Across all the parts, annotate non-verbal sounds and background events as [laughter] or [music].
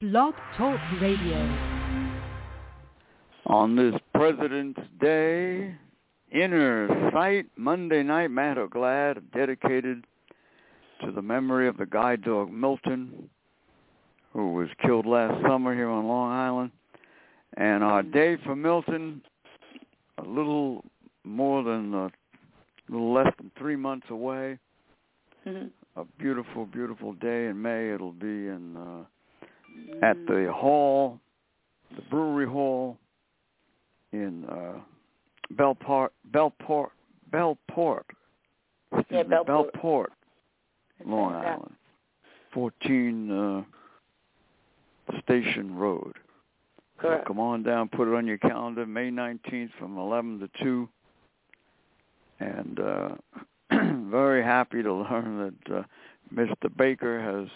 Blog Talk Radio. On this President's Day, Inner Sight Monday Night Matter Glad dedicated to the memory of the guide dog Milton, who was killed last summer here on Long Island. And our day for Milton, a little more than a little less than three months away. A beautiful, beautiful day in May. It'll be in uh, at the hall, the brewery hall in uh, Bellport, Bellport, Bellport, excuse Yeah, me, Bellport. Bellport, Long Like that. Island, 14 uh, Station Road. So Correct. come on down, put it on your calendar, May 19th from 11 to 2. And uh, [clears throat] very happy to [laughs] learn that uh, Mr. Baker has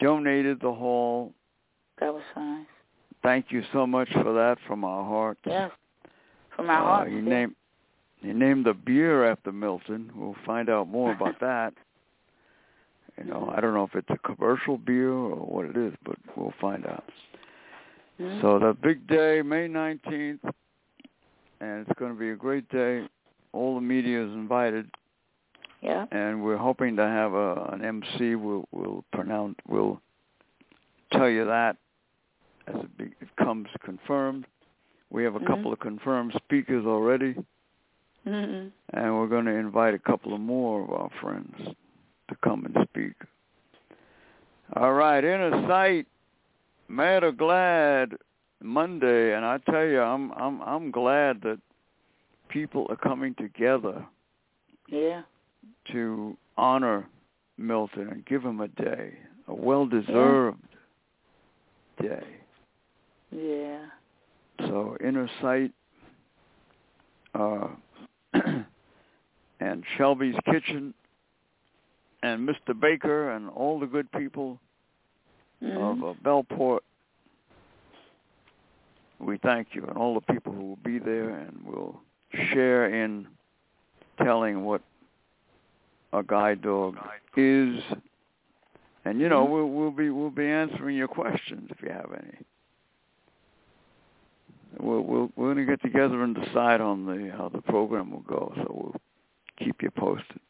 donated the hall. That was nice. Thank you so much for that from our hearts. Yes. From my Uh, heart. He too. named he named the beer after Milton. We'll find out [laughs] more about that. You know, I don't know if it's a commercial beer or what it is, but we'll find out. Mhm. So the big day, May nineteenth, and it's going to be a great day. All the media is invited, yeah. and we're hoping to have a, an MC. We'll, we'll pronounce. We'll tell you that as it, be, it comes confirmed. We have a Mhm. couple of confirmed speakers already. Mm-hmm. and we're going to invite a couple of more of our friends to come and speak. All right, inner sight, mad or glad Monday, and I tell you, I'm I'm I'm glad that people are coming together Yeah. to honor Milton and give him a day, a well-deserved day. Yeah. So inner sight, uh, [clears throat] and Shelby's Kitchen, and Mr. Baker, and all the good people Mhm. of uh, Bellport. We thank you, and all the people who will be there, and will share in telling what a guide dog is. And you know, Mhm. we'll, we'll be we'll be answering your questions if you have any. We'll, we'll, we're going to get together and decide on the how the program will go. So we'll keep you posted.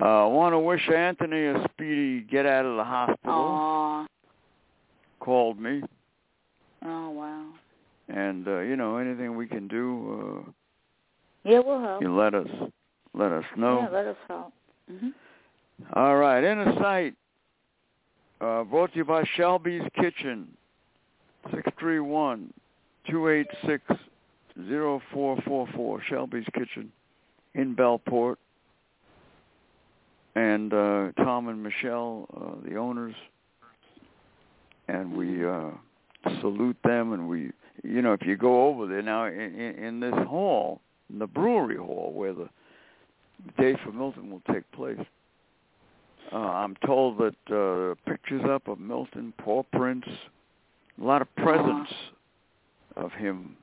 Uh, I want to wish Anthony a speedy get out of the hospital. Aw. Called me, Oh wow. and uh, you know anything we can do, Yeah, we'll uh, help. you let us let us Oh. Yeah, know. let us help. hmm All right, Inner Sight, uh, brought to you by Shelby's Kitchen, six three one two eight six zero four four four. Shelby's Kitchen in Bellport, and uh, Tom and Michelle, uh, the owners, and we uh, salute them. And we, you know, if you go over there now in, in, in this hall, in the brewery hall where the Day for Milton will take place. Uh, I'm told that uh, pictures up of Milton, paw prints, a lot of presence Uh-huh. of him.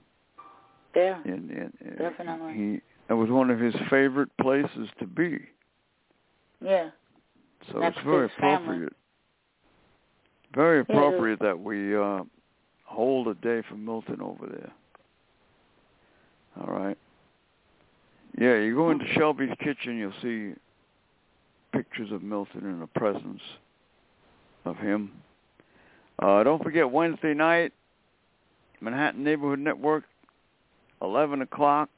There. In, in, in Definitely. he it was one of his favorite places to be. Yeah. So Next it's to very his family. appropriate. Very it is. appropriate that we uh, hold a day for Milton over there. All right. Yeah, you go into Shelby's kitchen, you'll see pictures of Milton and the presence of him. Uh, don't forget Wednesday night, Manhattan Neighborhood Network, 11 o'clock,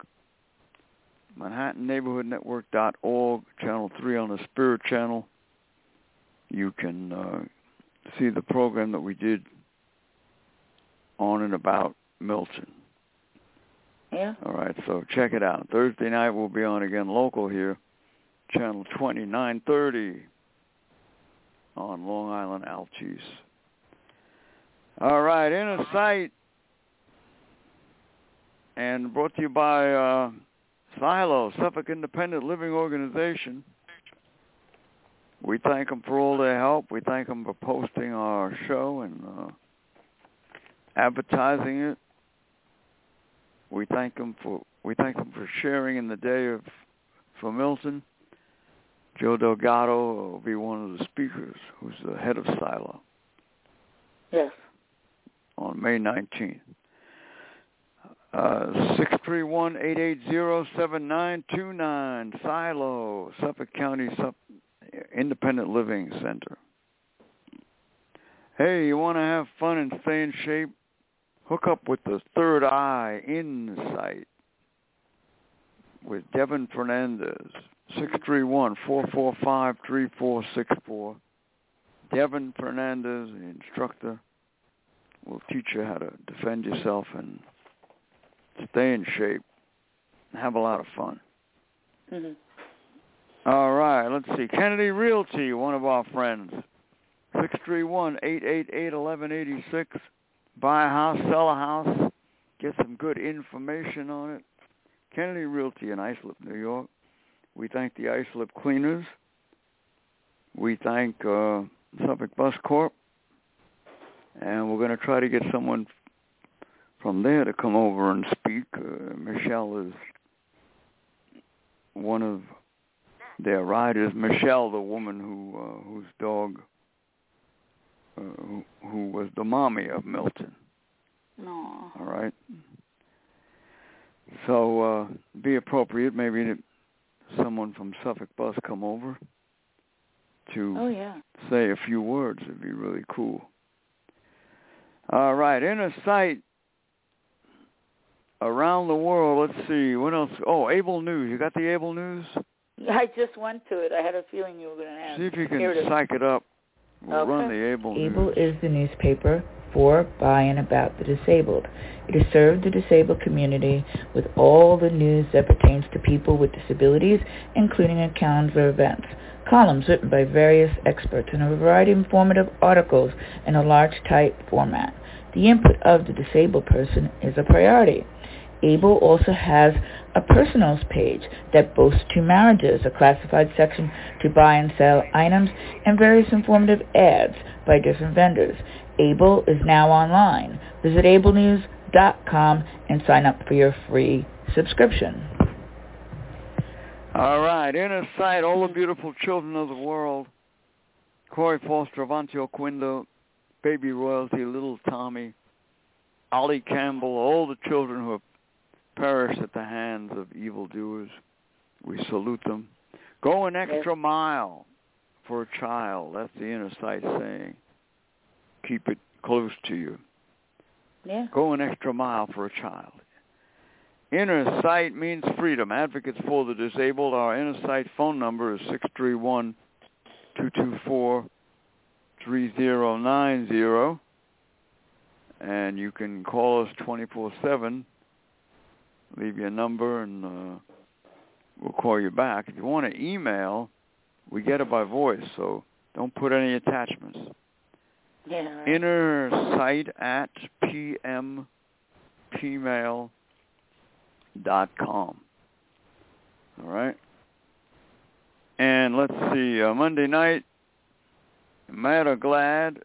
Manhattan Neighborhood Network.org, Channel 3 on the Spirit Channel. You can uh, see the program that we did on and about Milton. Yeah. All right, so check it out. Thursday night we'll be on again local here, channel 2930 on Long Island Altis. All right, Inner Sight, and brought to you by uh, Silo, Suffolk Independent Living Organization. We thank them for all their help. We thank them for posting our show and uh, advertising it. We thank them for we thank them for sharing in the day of for Milton. Joe Delgado will be one of the speakers, who's the head of Silo. Yes. on May 19th. Uh, 631-880-7929, Silo, Suffolk County Sup- Independent Living Center. Hey, you want to have fun and stay in shape? Hook up with the Third Eye Insight with Devin Fernandez, 631-445-3464. Devin Fernandez, the instructor, will teach you how to defend yourself and stay in shape and have a lot of fun. Mhm. All right, let's see. Kennedy Realty, one of our friends. 631-888-1186. Buy a house, sell a house, get some good information on it. Kennedy Realty in Islip, New York. We thank the Islip Cleaners. We thank uh, Suffolk Bus Corp. And we're going to try to get someone from there to come over and speak. Uh, Michelle is one of their riders. Michelle, the woman who uh, whose dog, uh, who, who was the mommy of Milton. No. All right. So uh, be appropriate. Maybe that someone from Suffolk Bus come over to Oh yeah. [laughs] say a few words. It'd be really cool. All right, inner sight around the world. Let's see what else. Oh, Able News. You got the Able News? I just went to it. I had a feeling you were going to ask. See if you Here it can is. psych it up. We'll Okay. run the Able, Able News. is the newspaper for, by, and about the disabled. It has served the disabled community with all the news that pertains to people with disabilities, including accounts of events, columns written by various experts, and a variety of informative articles in a large type format. The input of the disabled person is a priority. Able also has a personals page that boasts two marriages, a classified section to buy and sell items, and various informative ads by different vendors. Able is now online. Visit ablenews.com and sign up for your free subscription. All right, inner sight. All the beautiful children of the world. Corey Foster, Avanti Oquindo, Baby Royalty, Little Tommy, Ollie Campbell, all the children who have perished at the hands of evildoers. We salute them. Go an extra mile for a child. That's the inner sight saying. Keep it close to you. Yeah. Go an extra mile for a child. Inner Sight means freedom. Advocates for the disabled. Our Inner Sight phone number is 631-224-3090. And you can call us 24-7. Leave your number and uh, we'll call you back. If you want to email, we get it by voice, so don't put any attachments Yeah. right. inner sight at pm dot com. All right. And let's see, uh, Monday night, Mad or Glad,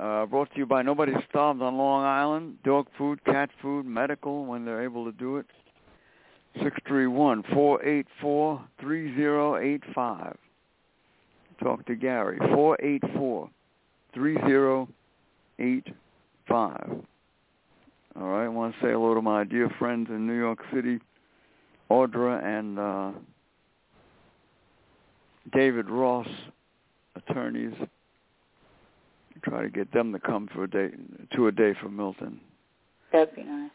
uh, brought to you by Nobody Starved on Long Island, dog food, cat food, medical when they're able to do it. Six three one four eight four three zero eight five. Talk to Gary, 484 3085. All right, I want to say hello to my dear friends in New York City, Audra and uh, David Ross, attorneys. Try to get them to come for a day, to a day for Milton. That'd be nice.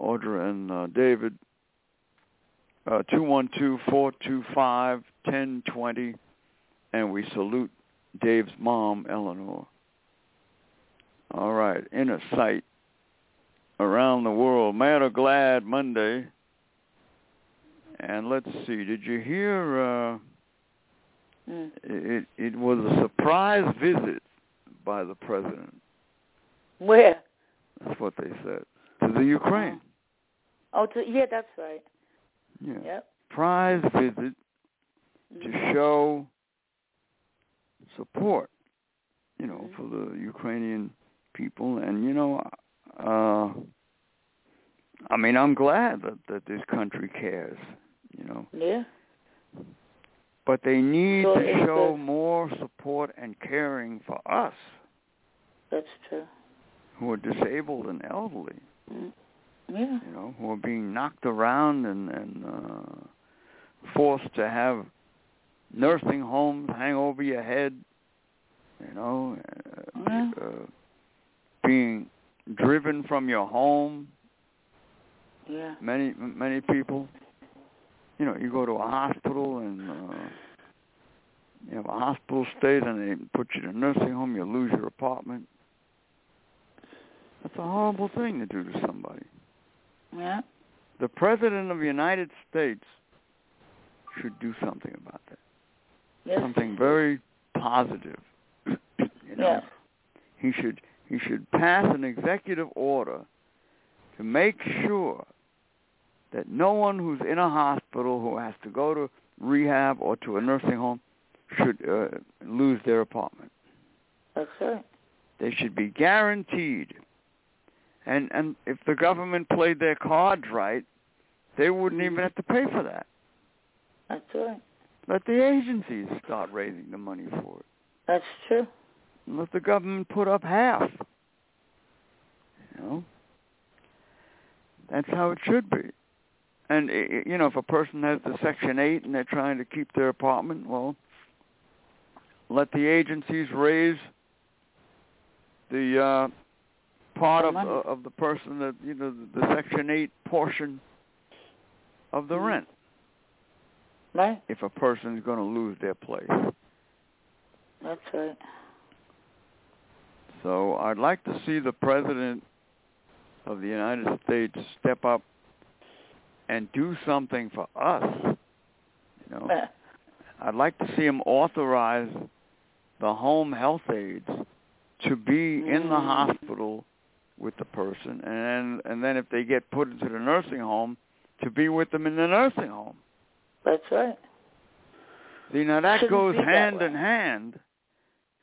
Audra and uh, David, uh, 212-425-1020, and we salute Dave's mom, Eleanor. All right, inner sight around the world. Mad or glad Monday. And let's see, did you hear? Uh, Mm. it it was a surprise visit by the president. Where? That's what they said to the Ukraine. Oh, to, yeah, that's right. Yeah, Yep. surprise visit to Mhm. show support, you know, Mhm. for the Ukrainian people. And you know, uh, I mean, I'm glad that that this country cares, you know, Yeah. but they need Well, to it's show a- more support and caring for us. that's true. who are disabled and elderly, Mm. Yeah. you know, who are being knocked around and, and uh, forced to have nursing homes hang over your head, you know, uh, Yeah. uh, being driven from your home. Yeah. Many many people, you know, you go to a hospital and uh, you have a hospital stay, then they put you in a nursing home. You lose your apartment. That's a horrible thing to do to somebody. Yeah. The president of the United States should do something about that. Yes. Something very positive. [clears throat] you know, Yeah. he should he should pass an executive order to make sure that no one who's in a hospital who has to go to rehab or to a nursing home should uh, lose their apartment. That's right. They should be guaranteed. And and if the government played their cards right, they wouldn't even have to pay for that. That's right. Let the agencies start raising the money for it. That's true. And let the government put up half. You know? That's how it should be. And, i- i- you know, if a person has the Section 8 and they're trying to keep their apartment, well, let the agencies raise the uh, part The of, the, money. of the person that, you know, the, the Section 8 portion of the Mhm. rent Right. if a person's going to lose their place. That's right. So I'd like to see the President of the United States step up and do something for us. You know, Yeah. I'd like to see him authorize the home health aides to be in the Mm. hospital with the person, and and then if they get put into the nursing home, to be with them in the nursing home. That's right. See, now that Shouldn't goes be that hand way. in hand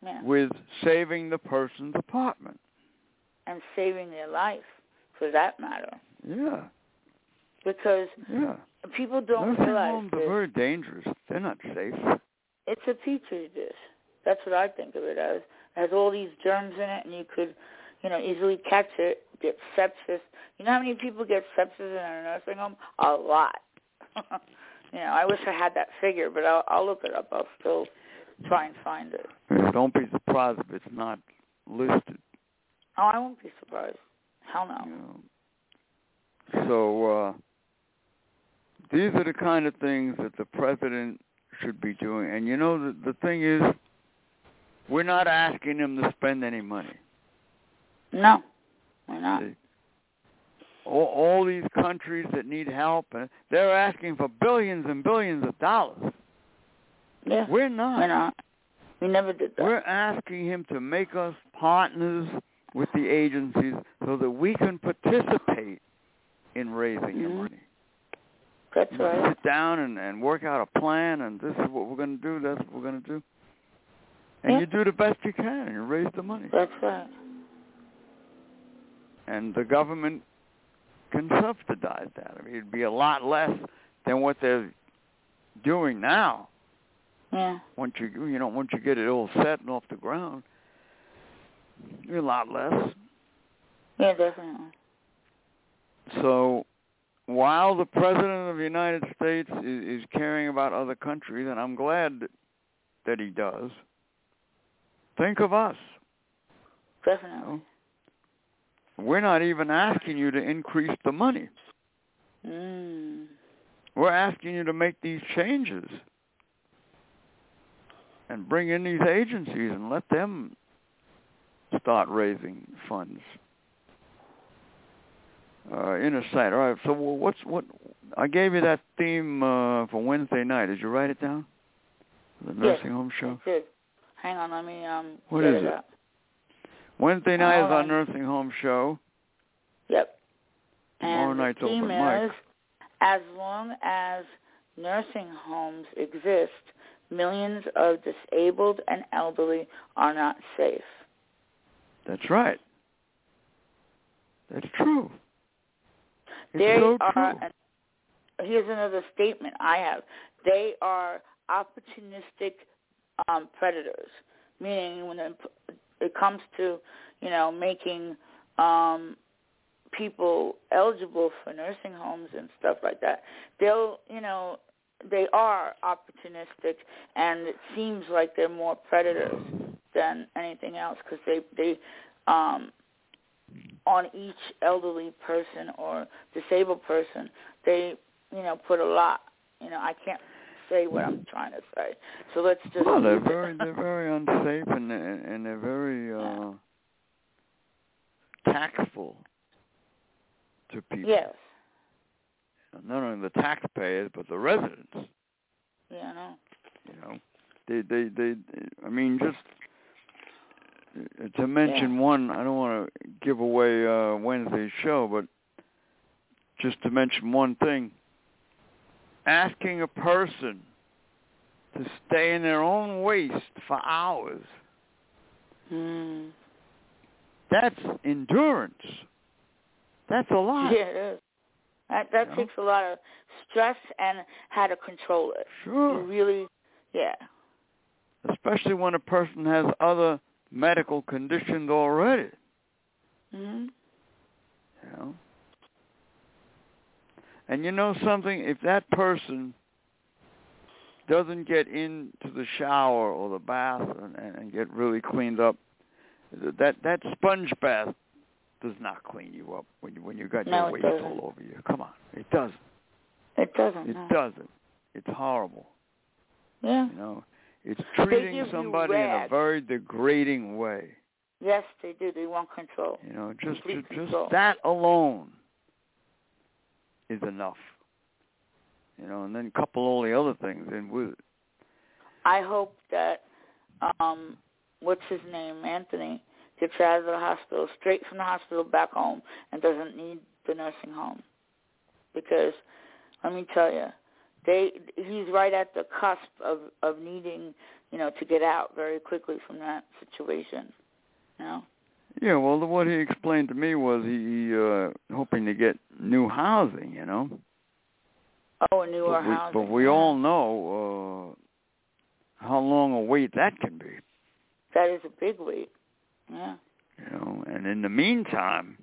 Yeah. with saving the person's apartment. And saving their life, for that matter, Yeah, because yeah. people don't Nursing realize homes that are very dangerous. They're not safe. [laughs] it's a petri dish. That's what I think of it as. It has all these germs in it, and you could, you know, easily catch it, get sepsis. You know how many people get sepsis in a nursing home? A lot. [laughs] you know, I wish I had that figure, but I'll, I'll look it up. I'll still try and find it. Don't be surprised if it's not listed. Oh, I won't be surprised. Hell you no. know. So uh, these are the kind of things that the president should be doing. And you know, the, the thing is, we're not asking him to spend any money. No, we're not. See? All, all these countries that need help, uh, they're asking for billions and billions of dollars. Yeah, We're we're not. not. We never did that. We're asking him to make us partners with the agencies so that we can participate in raising the Mhm. money. That's You know, right. Sit down and, and work out a plan, and this is what we're going to do, that's what we're going to do. And Yeah. you do the best you can, and you raise the money. That's right. And the government can subsidize that. I mean, it'd be a lot less than what they're doing now. Yeah. Once you you know once you get it all set and off the ground, it'd be a lot less. Yeah, definitely. So while the president of the United States is, is caring about other countries, and I'm glad that he does, think of us. you Definitely. know. We're not even asking you to increase the money. Oh. Mm. We're asking you to make these changes and bring in these agencies and let them start raising funds. Uh, inner sight. All right. So wh- what's what? I gave you that theme uh, for Wednesday night. Did you write it down? The Yes. nursing home show. Good. Hang on, let me um What get is it it? up. Wednesday night is Hold our on. nursing home show. Yep. Tomorrow and night's the theme open mic. is as long as nursing homes exist, millions of disabled and elderly are not safe. That's right. That's true. It's they so are true. an- here's another statement I have. They are opportunistic um, predators, meaning when a p- it comes to, you know, making um people eligible for nursing homes and stuff like that, they'll, you know, they are opportunistic, and it seems like they're more predators than anything else because they they um, on each elderly person or disabled person they you know put a lot. You know, I can't say what I'm trying to say, so let's just. Well, they're very they're very unsafe and and, and they're very uh, taxful to people. yes, Not only the taxpayers but the residents. yeah, I know. You know, they they they. I mean, just uh, to mention one. I don't want to give away uh, Wednesday's show, but just to mention one thing. Asking a person to stay in their own waste for hours. Mm. That's endurance. That's a lot. Yeah, it is. That that Yeah. takes a lot of stress and how to control it. Sure. You really, yeah, especially when a person has other medical conditions already. mm-hmm. You know? And you know something? If that person doesn't get into the shower or the bath and, and, and get really cleaned up, th- that that sponge bath does not clean you up when you when you got No, your it waste doesn't. all over you. Come on, it doesn't. it doesn't. It no. doesn't. It's horrible. Yeah. You know, [laughs] it's give treating you somebody in a rags. very degrading way. Yes, they do. They want control. You know, just ju- Complete just control. that alone is enough. You know, and then couple all the other things in with it. I hope that um what's his name, Anthony, gets out of the hospital, straight from the hospital back home and doesn't need the nursing home. Because let me tell you, they he's right at the cusp of of needing, you know, to get out very quickly from that situation. You know? Yeah, well, the, what he explained to me was he uh hoping to get new housing. You know, Oh, a newer but we, housing. but we yeah. all know uh how long a wait that can be. that is a big weight. Yeah. You know, and in the meantime,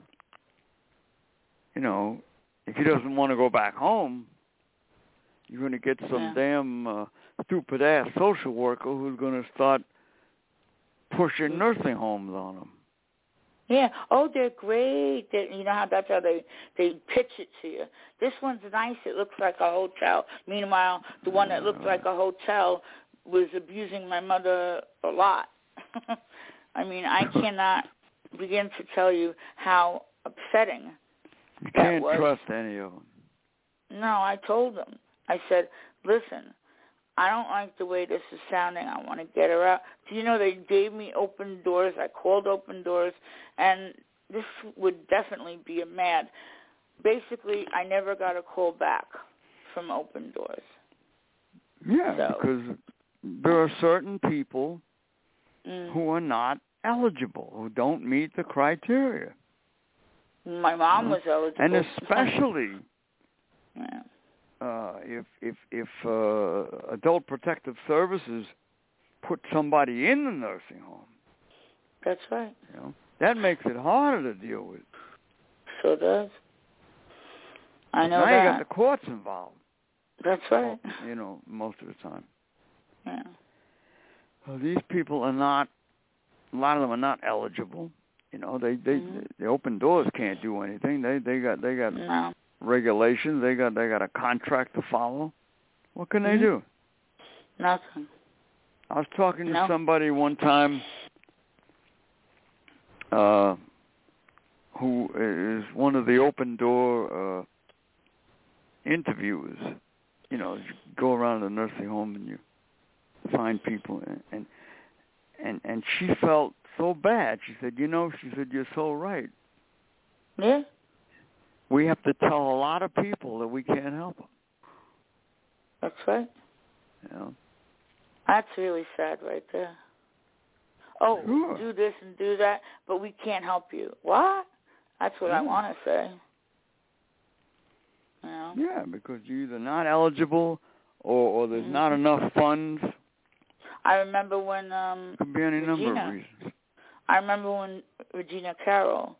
you know, if he doesn't want to go back home, you're going to get some Yeah. damn uh, stupid ass social worker who's going to start Mm. pushing nursing homes on him. Yeah. Oh, they're great. They, you know how that's how they they pitch it to you. This one's nice. It looks like a hotel. Meanwhile, the one that looked like a hotel was abusing my mother a lot. [laughs] I mean, I cannot begin to tell you how upsetting You That can't was- trust any of them. no, I told them. I said, listen, I don't like the way this is sounding. I want to get her out. Do you know they gave me open doors? I called open doors, and this would definitely be a mad. Basically, I never got a call back from open doors. Yeah, So- because there are certain people Mm. who are not eligible, who don't meet the criteria, My mom was eligible. and especially [laughs] yeah. uh, if if if uh, Adult Protective Services put somebody in the nursing home, That's right. you know that makes it harder to deal with. Sure does. I know now you that. got the courts involved, That's right. you know, most of the time. Yeah. Well, these people are not. A lot of them are not eligible. You know, they they Mhm. the open doors can't do anything. They they got they got No. regulations. They got they got a contract to follow. What can they Mhm. do? Nothing. I was talking to No. somebody one time uh, who is one of the open door uh, interviewers. You know, you go around the nursing home and you find people, and and and, and she felt so bad. She said, "You know," she said, "You're so right. Yeah. We have to tell a lot of people that we can't help them." That's right. You know? That's really sad right there. Oh, Sure. do this and do that, but we can't help you. What? That's what I Yeah. want to say. You know? Yeah, because you're either not eligible, or or there's not Mhm. enough funds. I remember when um Could be any number Regina. of reasons. I remember when Regina Carroll,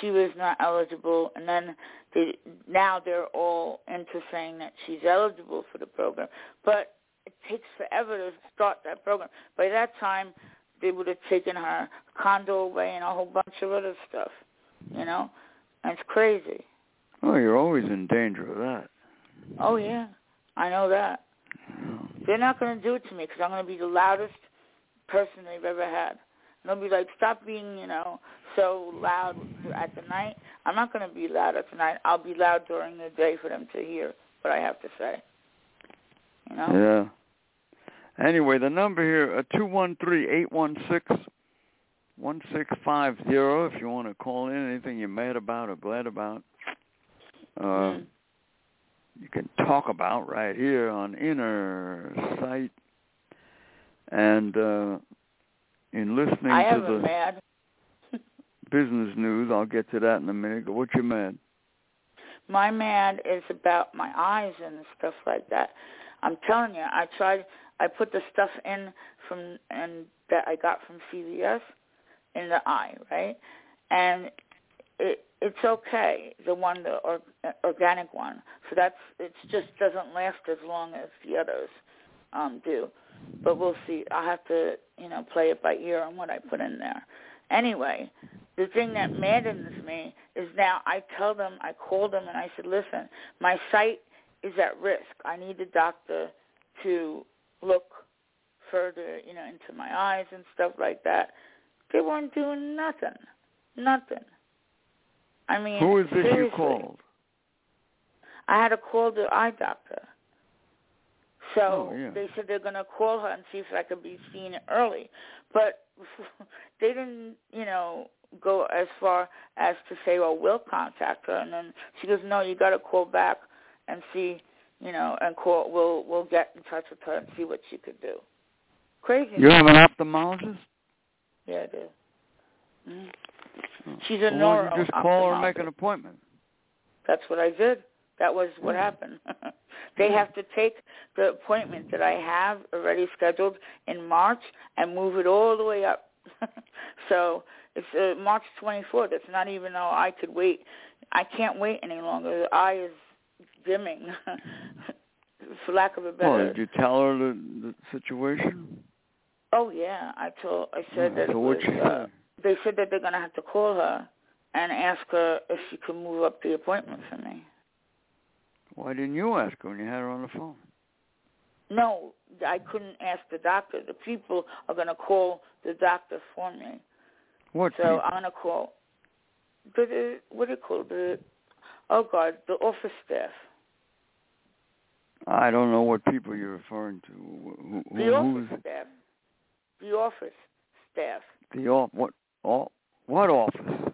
she was not eligible, and then they, now they're all into saying that she's eligible for the program. But it takes forever to start that program. By that time, they would have taken her condo away and a whole bunch of other stuff, you know? And it's crazy. Oh, you're always in danger of that. Oh, yeah. I know that. They're not going to do it to me because I'm going to be the loudest person they've ever had. And they'll be like, stop being, you know, so loud at the night. I'm not going to be loud at the night. I'll be loud during the day for them to hear what I have to say. You know? Yeah. Anyway, the number here, uh, two one three eight one six one six five zero. if you want to call in anything you're mad about or glad about. Uh, Mhm. you can talk about right here on Inner Sight. And uh, in listening I to have the a mad. business news, I'll get to that in a minute. But What you mad? my mad is about my eyes and stuff like that. I'm telling you, I tried. I put the stuff in from and that I got from CVS in the eye, right? And it it's okay, the one the or, organic one. So that's it. Just doesn't last as long as the others um, do. But we'll see. I'll have to you know play it by ear on what I put in there. Anyway, the thing that maddens me is now I tell them, I call them and I said, listen, my sight is at risk. I need the doctor to look further, you know, into my eyes and stuff like that. They weren't doing nothing. Nothing. I mean, Who is this you seriously. called? I had to call the eye doctor. So Oh, yeah. they said they're going to call her and see if I could be seen early. But [laughs] they didn't, you know, go as far as to say, well, we'll contact her. And then she goes, no, you got to call back and see, you know, and call. We'll we'll get in touch with her and see what she could do. Crazy. You have an ophthalmologist? Yeah, I do. Mm. Oh. She's a Well, why don't you just call her and make neuro-ophthalmologist. an appointment? That's what I did. That was what Hmm. happened. [laughs] they have to take the appointment that I have already scheduled in March and move it all the way up. [laughs] so it's uh, March 24th. It's not even though I could wait. I can't wait any longer. The eye is dimming, [laughs] for lack of a better. Well, did you tell her the, the situation? Oh yeah, I told. I said Yeah, that. it so what was, she uh, said. they said that they're gonna have to call her and ask her if she could move up the appointment for me. Why didn't you ask her when you had her on the phone? No, I couldn't ask the doctor. The people are going to call the doctor for me. What? So people? I'm going to call. The, the, what do you call the? Oh God, the office staff. I don't know what people you're referring to. Who, uh, The who, office who's staff. The office staff. the off? What? Off, what office?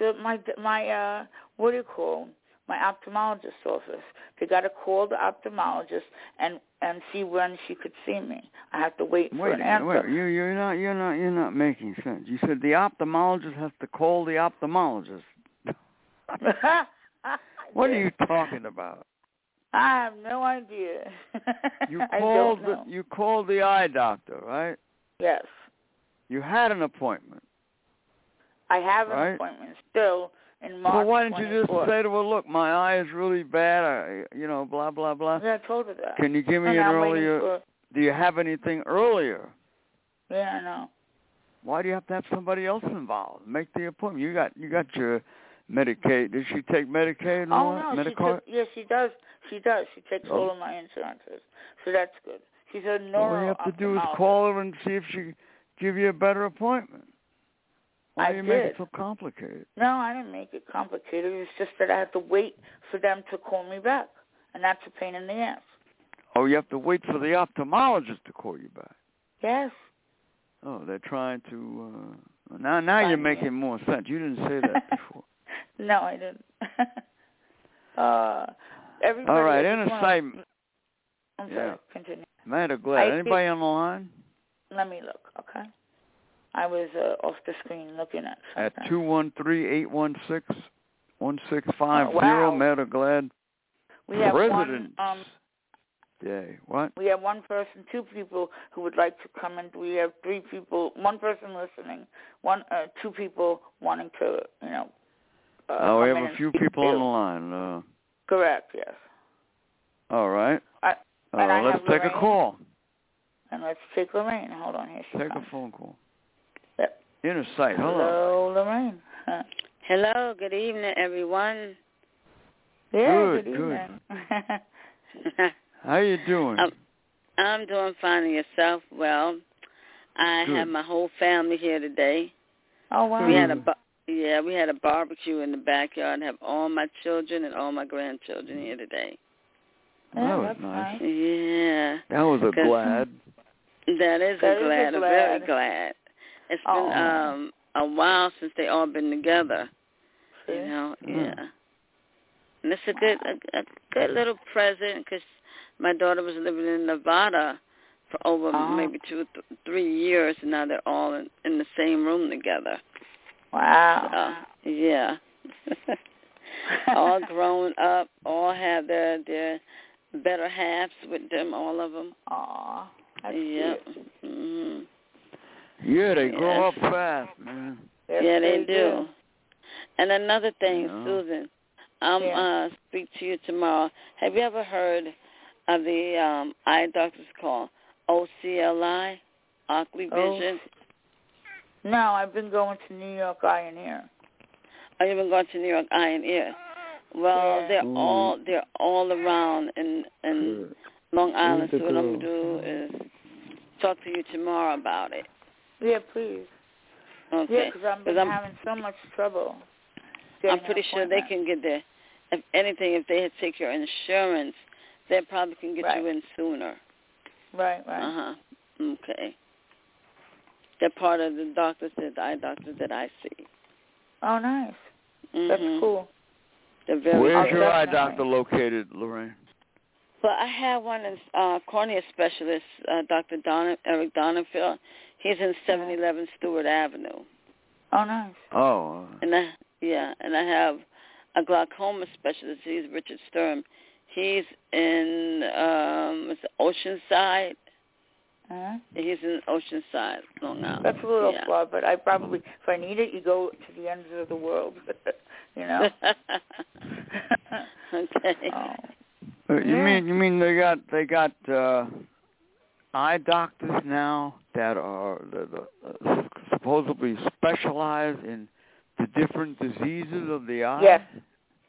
The, my my uh, what do you call my ophthalmologist's office? They got to call the ophthalmologist and and see when she could see me. I have to wait, for Wait, a an minute, answer. wait. [laughs] You, you're not, you're not, you're not making sense. You said the ophthalmologist has to call the ophthalmologist. [laughs] what are you talking about? I have no idea. [laughs] You I called don't know. the you called the eye doctor, right? Yes, You had an appointment. I have an Right. appointment still in March. so why didn't you just 24th. say to her, "Look, my eye is really bad. I, you know, blah blah blah. Yeah, I told her that. uh, Can you [laughs] give me and an I'm waiting earlier? For, Do you have anything earlier? yeah, I know. Why do you have to have somebody else involved? Make the appointment. You got you got your Medicaid. Did she take Medicaid? and all oh that? no, she Medicare? took, yeah, she does. She does. She takes Oh. all of my insurances, so that's good. She's a All you neuro. uh, have to do is call her and see if she give you a better appointment. Why I do you make it did. so complicated? No, I didn't make it complicated. It's just that I have to wait for them to call me back, and that's a pain in the ass. Oh, you have to wait for the ophthalmologist to call you back. Yes. Oh, they're trying to. Uh, now, now Find you're me. making more sense. You didn't say [laughs] that before. No, I didn't. [laughs] uh, everybody. All right, I in just a wanna- sight, I'm sorry. yeah. Continue. Matt or I Glad. think- Anybody on the line? Let me look. Okay. I was uh, off the screen looking at At something. two one three eight one six one six five Wow. zero. Matt or Glad. we have Presidents. one. Um, day. What? We have one person, two people who would like to come, and we have three people. One person listening, one, uh, two people wanting to, you know. Uh, Uh, we come have in a and few speak people too. on the line. Uh, Correct. Yes. all right. I- uh, and I let's have take a Lorraine. call. And let's take Lorraine. Hold on here. She Take a comes. phone call. Yep. Inner sight. Hello. Hello, Lorraine. [laughs] Huh. Hello, good evening, everyone. Yeah. Good, Good, good. evening. [laughs] How you doing? Um, I'm doing fine and yourself. Well, I Good. have my whole family here today. oh wow. We had a ba- yeah, we had a barbecue in the backyard. I have all my children and all my grandchildren here today. Well, Yeah, that was Oh, that's nice. nice. Yeah, That was a Good. glad. that is That a is a glad. I'm glad. very glad. It's Oh. been um a while since they all been together. See? You know, Yeah. Mm. yeah. And it's a good, a, a good little present because my daughter was living in Nevada for over Ah. maybe two, th- three years, and now they're all in, in the same room together. Wow. So, yeah, [laughs] [laughs] all grown up, all have their their better halves with them, all of them. Aw, that's yep. cute. hmm Yeah, they grow Yeah. up fast, man. Yes, yeah, they, do. And another thing, Yeah. Susan, I'm Yeah. uh speak to you tomorrow. Have you ever heard of the um eye doctor's call? OCLI, Ockley Oh. Vision. No, I've been going to New York Eye and Ear. I even gone to New York Eye and Ear. Well, Yeah. Mm. they're Ooh. all they're all around in in Long Island. So what I'm gonna do is talk to you tomorrow about it. Yeah, please. Yeah, Okay. because I've been 'Cause I'm- having so much trouble. I'm getting an pretty sure they appointment. can get there. If anything, if they had take your insurance, they probably can get you Right. in sooner. Right, right. Uh huh. Okay. They're part of the doctors, that the eye doctors that I see. Oh, nice. hmm That's cool. They're very. Where's Oh, your eye definitely. doctor located, Lorraine? But I have one that's uh, cornea specialist, uh, Dr. Don Eric Donenfield. He's in seven eleven Stewart Avenue, Oh, nice. Oh, uh, and I yeah, and I have a glaucoma specialist. He's Richard Sturm. He's in um, it's Oceanside. Uh-huh. He's in Oceanside, Long Oh, Island. That's a little yeah. far, but I probably, if I need it, you go to the ends of the world. [laughs] you know? [laughs] okay. oh. uh, you Yeah. mean you mean they got they got uh eye doctors now that are that, uh, supposedly specialize in the different diseases of the eye? Yes.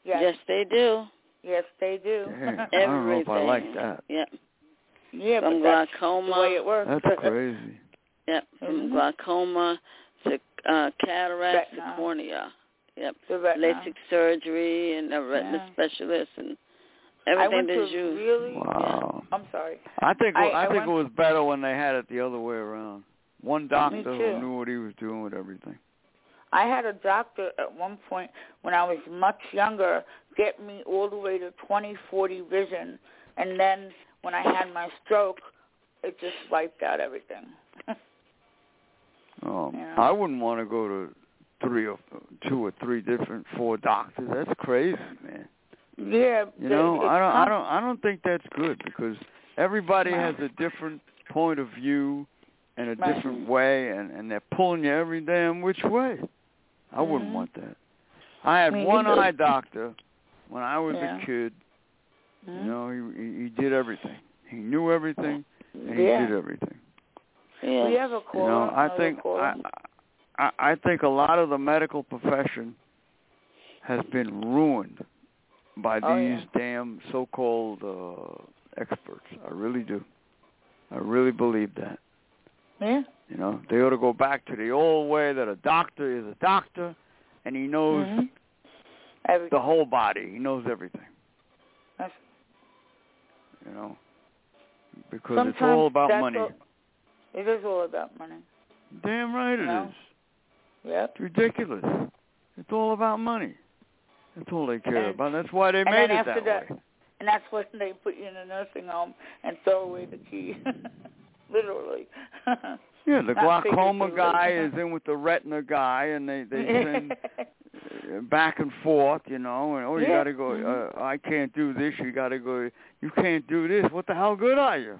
Yes. Yes, they do. Yes, they do. [laughs] Dang, I don't know if I like Everything. that. Yep. yeah, from but that's the way glaucoma. it works. That's crazy. Yep. From Mhm. glaucoma to uh, cataracts Retina. to cornea. Yep. The retina. LASIK surgery and a retina Yeah. specialist and I everything went to that's used. really. Wow. I'm sorry. I think I- I, I think went- it was better when they had it the other way around. One doctor too. who knew what he was doing with everything. I had a doctor at one point when I was much younger get me all the way to 20/40 vision, and then when I had my stroke, it just wiped out everything. Um, Yeah. I wouldn't want to go to three or two or three different four doctors. That's crazy, man. yeah. they- You know, it's I don't, I com- don't, I don't think that's good because everybody Wow. has a different point of view and a Right. different way, and and they're pulling you every damn which way. I wouldn't Mhm. want that. I had Me one either. eye doctor when I was Yeah. a kid. Mhm. You know, he, he he did everything. He knew everything, and he yeah. did everything. Yeah. We have a You caller. know, I another think caller. I, I I think a lot of the medical profession has been ruined by these Oh, damn so-called uh, experts. I really do. I really believe that. yeah. You know, they ought to go back to the old way that a doctor is a doctor, and he knows Mhm. Every, the whole body. He knows everything. That's- You know, because sometimes it's all about that's money. all- it is all about money. Damn right it is. No. Yep. It's ridiculous. It's all about money. That's all they care And- about. That's why they and made then it after that, that- way. And that's when they put you in a nursing home and throw away the key. [laughs] Literally. Yeah, the Not glaucoma figuratively. [laughs] guy is in with the retina guy, and they they send uh, back and forth, you know, and oh, you Yeah. Mm-hmm. got to go. Uh, I can't do this. You got to go. You can't do this. What the hell good are you?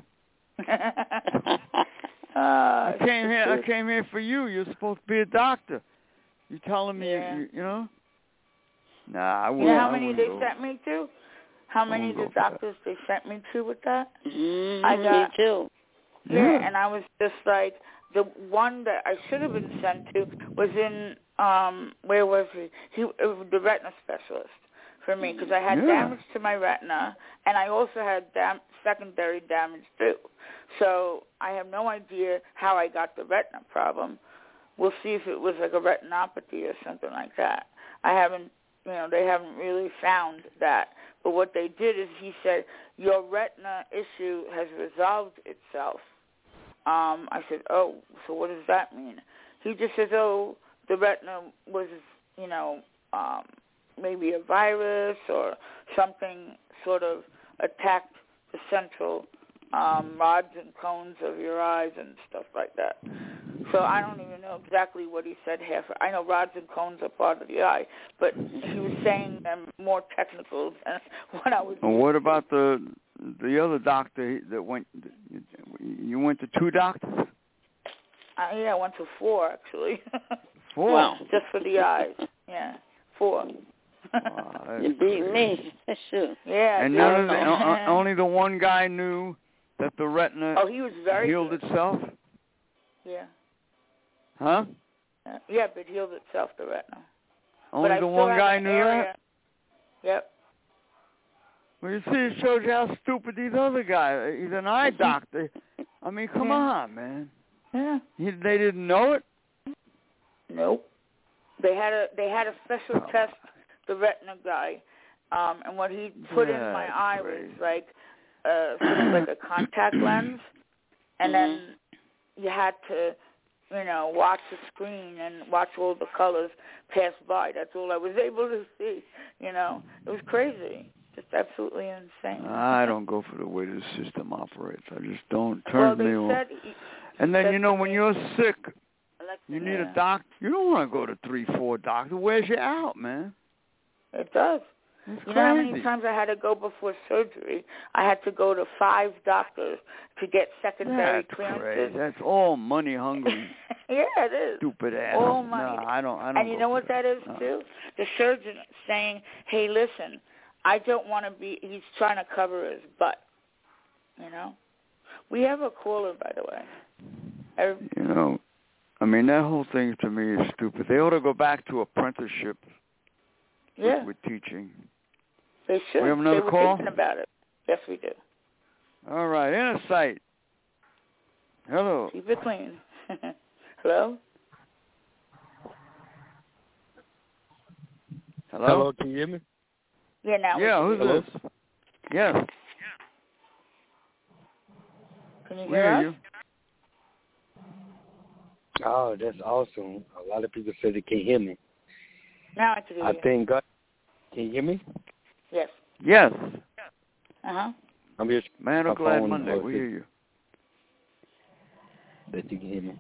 I I came here. I came here for you. You're supposed to be a doctor. You telling me, Yeah. you, you know? Nah, I You wouldn't. know how I many they wouldn't go. sent me to? How many wouldn't of the go for that. doctors they sent me to with that? mm I got- me too. Yeah, and I was just like the one that I should have been sent to was in um where was he? He it was the retina specialist for me because I had Yeah. damage to my retina and I also had dam- secondary damage too. So I have no idea how I got the retina problem. We'll see if it was like a retinopathy or something like that. I haven't, you know, they haven't really found that. But what they did is he said your retina issue has resolved itself. Um, I said, oh, so what does that mean? He just says, oh, the retina was, you know, um, maybe a virus or something sort of attacked the central um, rods and cones of your eyes and stuff like that. So I don't even know exactly what he said half. I know rods and cones are part of the eye, but he was saying them more technical [laughs] than what I was. And what about the the other doctor that went? You went to two doctors? Uh, yeah, I went to four actually, [laughs] Four. Wow. just for the eyes. Yeah, four. Wow, [laughs] that You is beat crazy. me. Shoot. yeah. And dude. none of the, [laughs] o- [laughs] o- only the one guy knew that the retina Oh, he was very healed good. itself, Yeah. huh? Uh, Yeah, but healed itself the retina. but Only I the still one have guy an knew area. that. Yep. Well, you see, it shows you how stupid these other guys. He's an eye doctor. I mean, come Yeah. on, man. Yeah. He, they didn't know it. Nope. They had a they had a special Oh. test, the retina guy, um, and what he put in my That's eye was crazy. like uh, sort of like a [clears throat] contact lens, and then Mm-hmm. you had to, you know, watch the screen and watch all the colors pass by. That's all I was [laughs] able to see. You know, it was crazy, just absolutely insane. I don't go for the way this system operates. I just don't Well, turn they me on. said he- and then said you know, to when me- you're sick, Alexa, you need yeah, a doctor. You don't want to go to three, four doctors. Where's you out, man? It does. It's You crazy. know how many times I had to go before surgery? I had to go to five doctors to get secondary That's crazy. clearances. That's all money hungry, [laughs] yeah, it is. stupid ass. All money. No, I don't. I don't. Oh, And you go know for what that is No. too? The surgeon saying, "Hey, listen, I don't want to be." He's trying to cover his butt. You know, we have a caller, by the way. Every- You know, I mean that whole thing to me is stupid. They ought to go back to apprenticeship with- yeah, with teaching. they should. we have another they were call? thinking about it. Yes, we do. All right, insight. Hello. Keep it clean. [laughs] Hello. Hello. Hello, can you hear me? Yeah, now we Yeah, can who's hear you. Hello? this? Yes, Can you we hear hear us? you. Oh, that's awesome. A lot of people said they can hear me. Now I can hear I you. thank God. Can you hear me? Yes. Yes, Uh huh. I'm just man My of glad phone Monday. was- We hear you. that you can hear me.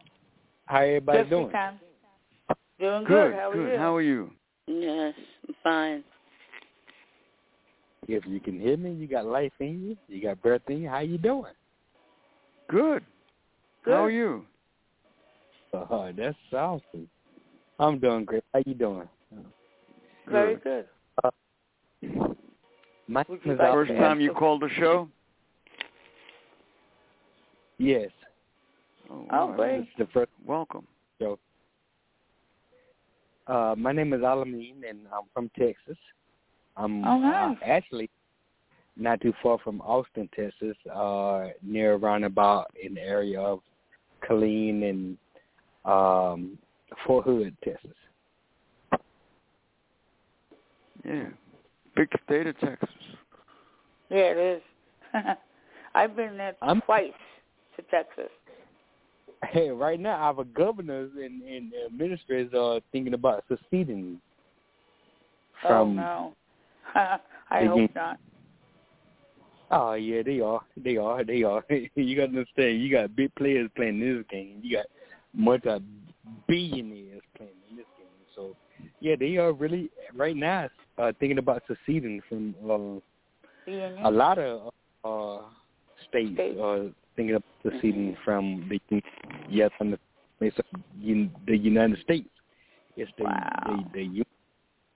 How everybody Just in doing? time. Doing good. Good, How are good. you? How are you? Yes, I'm fine. If you can hear me, you got life in you. You got breath in you. How you doing? Good. good. How are you? Oh, that's awesome. I'm doing great. How you doing? Very good. My Would you name is like First to Alfred. time you Yes. called the show. Yes, Oh, Oh, all right. great. this is the first. Welcome. Uh, my name is Alameen, and I'm from Texas. I'm Oh, nice. uh, actually not too far from Austin, Texas, uh, near around about in the area of Killeen and um, Fort Hood, Texas. [laughs] Yeah, big state of Texas. Yeah, it is. [laughs] I've been there I'm- twice to Texas. Hey, right now our governors and, and administrators are thinking about seceding oh from. no. [laughs] I Did you- hope not. Oh, yeah, they are, they are, they are. [laughs] you got to understand, you got big players playing this game. You got multi billionaires playing in this game. So, yeah, they are really right now uh, thinking about seceding from uh, Union. a lot of uh, states. Mm-hmm. States. Mm-hmm. Uh, thinking of seceding from the yes from the it's un- the United States. It's the Wow. the, the U-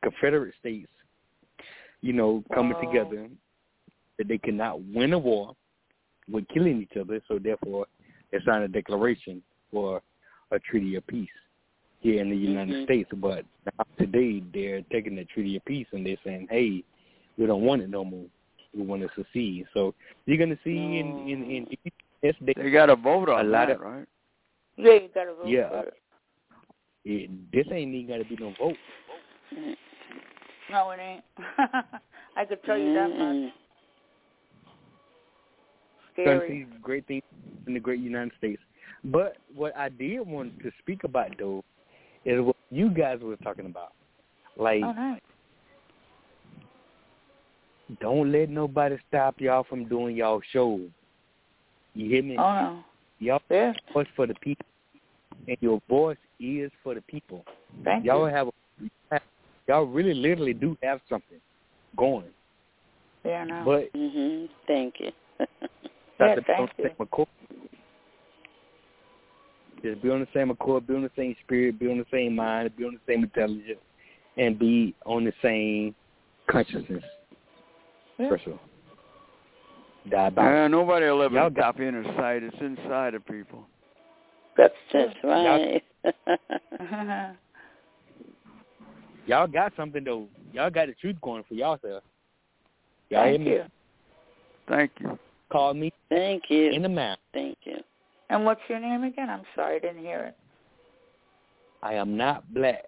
Confederate States. You know, coming Wow. together that they cannot win a war with killing each other, so therefore they signed a declaration for a treaty of peace here in the Mm-hmm. United Mhm. States. But now today they're taking the treaty of peace and they're saying, "Hey, we don't want it no more. We want to secede." So you're gonna see in in in these next days They got a vote on A lot that, of- right? Yeah, you got to vote Yeah. for it. it, this ain't even got to be no vote. No, it ain't. [laughs] I could tell you that much. Trying to Scary. see great things in the great United States. But what I did want to speak about though is what you guys were talking about, like Oh, nice. don't let nobody stop y'all from doing y'all show. You hear me? Oh, no. y'all Yeah, voice for the people, and your voice is for the people. thank Y'all you. have, a, y'all really literally do have something going. Yeah, no. Mm-hmm. But Mhm. Thank you. Yeah, Dr. Bill thank you. St. McCoy. Just be on the same accord, be on the same spirit, be on the same mind, be on the same intelligence, and be on the same consciousness. Yeah. First of all, die by. Uh, nobody will ever Y'all got- stop inner sight. It's inside of people. That's true. That's right. [laughs] y'all got something though. Y'all got the truth going for y'all self. Y'all hear thank me? you. Thank you. Call me Thank you. in the mouth. Thank you. And what's your name again? I'm sorry, I didn't hear it. I am not black.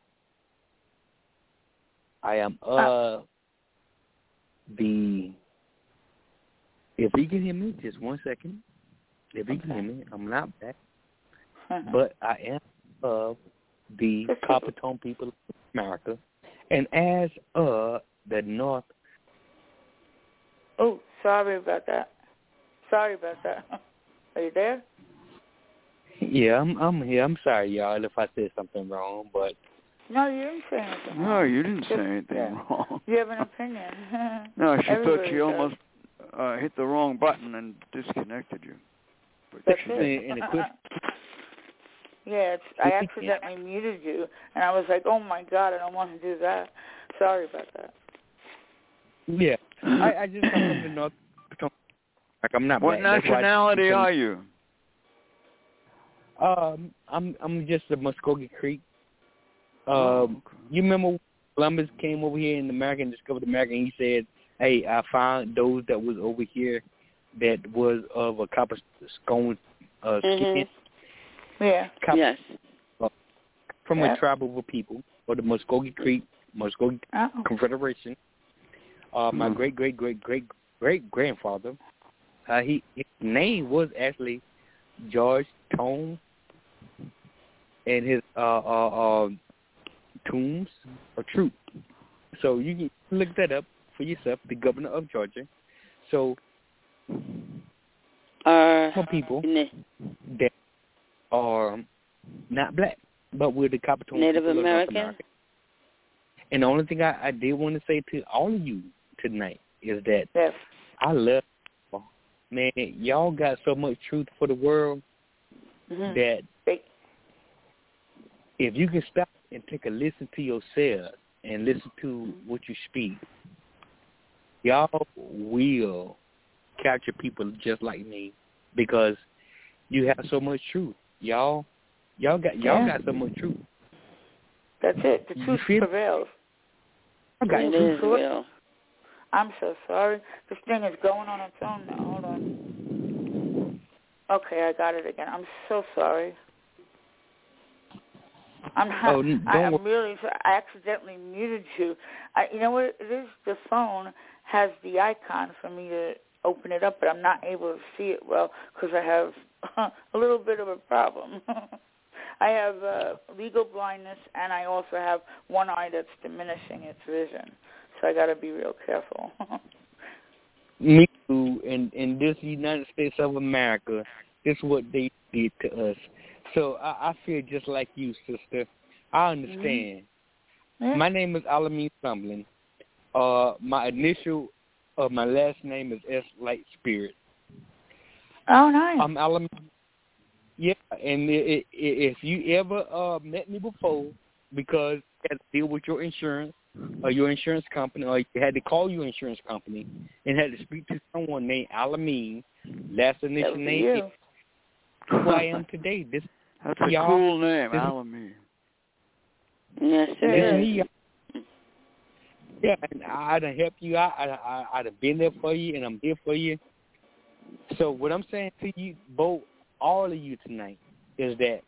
I am uh Oh. the if he can hear me, just one second. If he can Okay. hear me, I'm not black. [laughs] But I am of the Coppertone people of America and as uh the North oh, sorry about that. Sorry about that. [laughs] Are you there? Yeah, I'm I'm here. I'm sorry y'all if I said something wrong, but No, you didn't say anything. No, you didn't say Just- anything yeah. [laughs] wrong. You have an opinion. [laughs] No, she thought Everybody she does. almost uh, hit the wrong button and disconnected you. But That's she didn't. it. in a quick [laughs] yeah, it's, I accidentally muted you, and I was like, oh my god, I don't want to do that. Sorry about that. Yeah, I, I just come from the north. Like I'm [laughs] not. What black. That's why I- nationality are you? Um, I'm I'm just a Muskogee Creek. Oh, Um, okay. you remember when Columbus came over here in America and discovered America, and he said, "Hey, I found those that was over here that was of a copper scone uh, skin Mhm. Mm-hmm. Yeah. copper, Yes. from Yeah. a tribe of a people or the Muskogee Creek Muskogee Oh. [laughs] Confederation. Uh, my Mhm. great great great great great grandfather, uh, he his name was actually George Tone, and his uh, uh, uh, tombs are true. So you can look that up for yourself. The governor of Georgia. So Are some people Na- that are not black, but we're the Capitol Native people of North American? America. And the only thing I, I did want to say to all of you tonight is that Yes. I love y'all. man. Y'all got so much truth for the world Hmm. Mhm. that They- if you can stop and take a listen to yourself and listen to what you speak, y'all will capture people just like me because you have so much truth. Y'all, y'all got y'all Yeah. got so much truth. That's it. The You truth feel- prevails. Y'all got It truth. is real. I'm so sorry. This thing is going on its own now. Hold on. Okay, I got it again. I'm so sorry. I'm not, Oh, n- I, don't I'm worry. really. so- I accidentally muted you. I, you know what it is? The phone has the icon for me to open it up, but I'm not able to see it well because I have [laughs] a little bit of a problem. [laughs] I have uh, legal blindness, and I also have one eye that's diminishing its vision. So I got to be real careful. Me too. And in this United States of America, this is what they did Mm-hmm. to us. So I, I feel just like you, sister. I understand. [laughs] Yeah. My name is Alameen Sumlin. Uh, my initial of my last name is S Light Spirit. oh, nice. I'm Alameen. Yeah, and i i i if you ever uh met me before, because you had to deal with your insurance or your insurance company, or you had to call your insurance company and had to speak to someone named Alameen, last that initial was name you. is who I am today. This [laughs] That's a Y'all- cool name, this- Alameen. Yes, Sure It's is. sir. me. Yeah, and I done helped you out. I, I, I done been there for you, and I'm here for you. So what I'm saying to you, both, all of you tonight, is that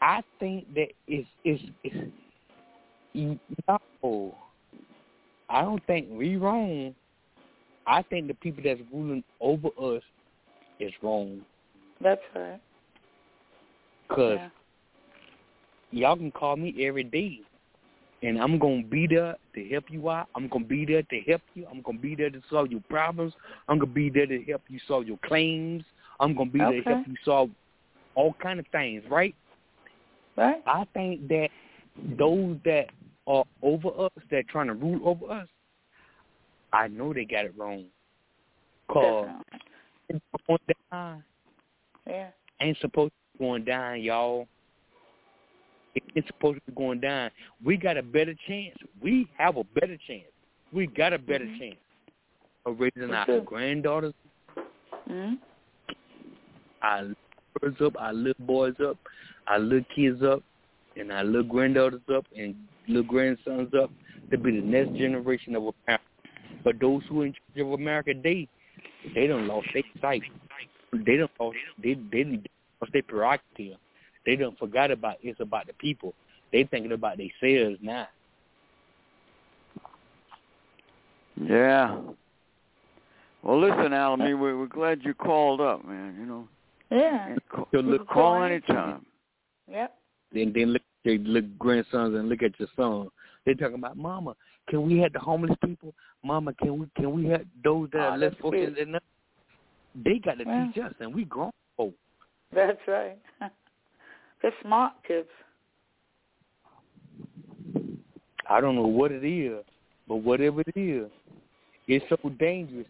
I think that it's it's, it's you no, I don't think we wrong. I think the people that's ruling over us is wrong That's right. because Yeah. y'all can call me every day, and I'm gonna be there to help you out. I'm gonna be there to help you. I'm gonna be there to solve your problems. I'm gonna be there to help you solve your claims. I'm gonna be there to help Okay. you solve all kind of things, right? Right? I think that those that are over us, that trying to rule over us, I know they got it wrong. Cause Definitely. it's going down Yeah. ain't supposed to be going down, y'all. It ain't supposed to be going down. We got a better chance. We have a better chance. We got a better Mhm. chance of raising We our do. granddaughters, Mm-hmm. our little girls up, our little boys up, our little kids up, and our little granddaughters up, and little grandsons up to be the next generation of America. But those who in charge of America, they they don't lost their sight. They don't lost they they done lost their prerogative. They don't forgot about it's about the people. They thinking about themselves now. Yeah. Well, listen, Alameen, we, we're glad you called up, man. You know, Yeah. and call, So look, call anytime. Yep. then then look at your little grandsons and look at your son. They talking about, Mama, can we help the homeless people? Mama, can we can we help those that Aw, are less that's fortunate cute. than us? They got to Yeah. teach us, and we grown folk. That's right. [laughs] They're smart kids. I don't know what it is, but whatever it is, it's so dangerous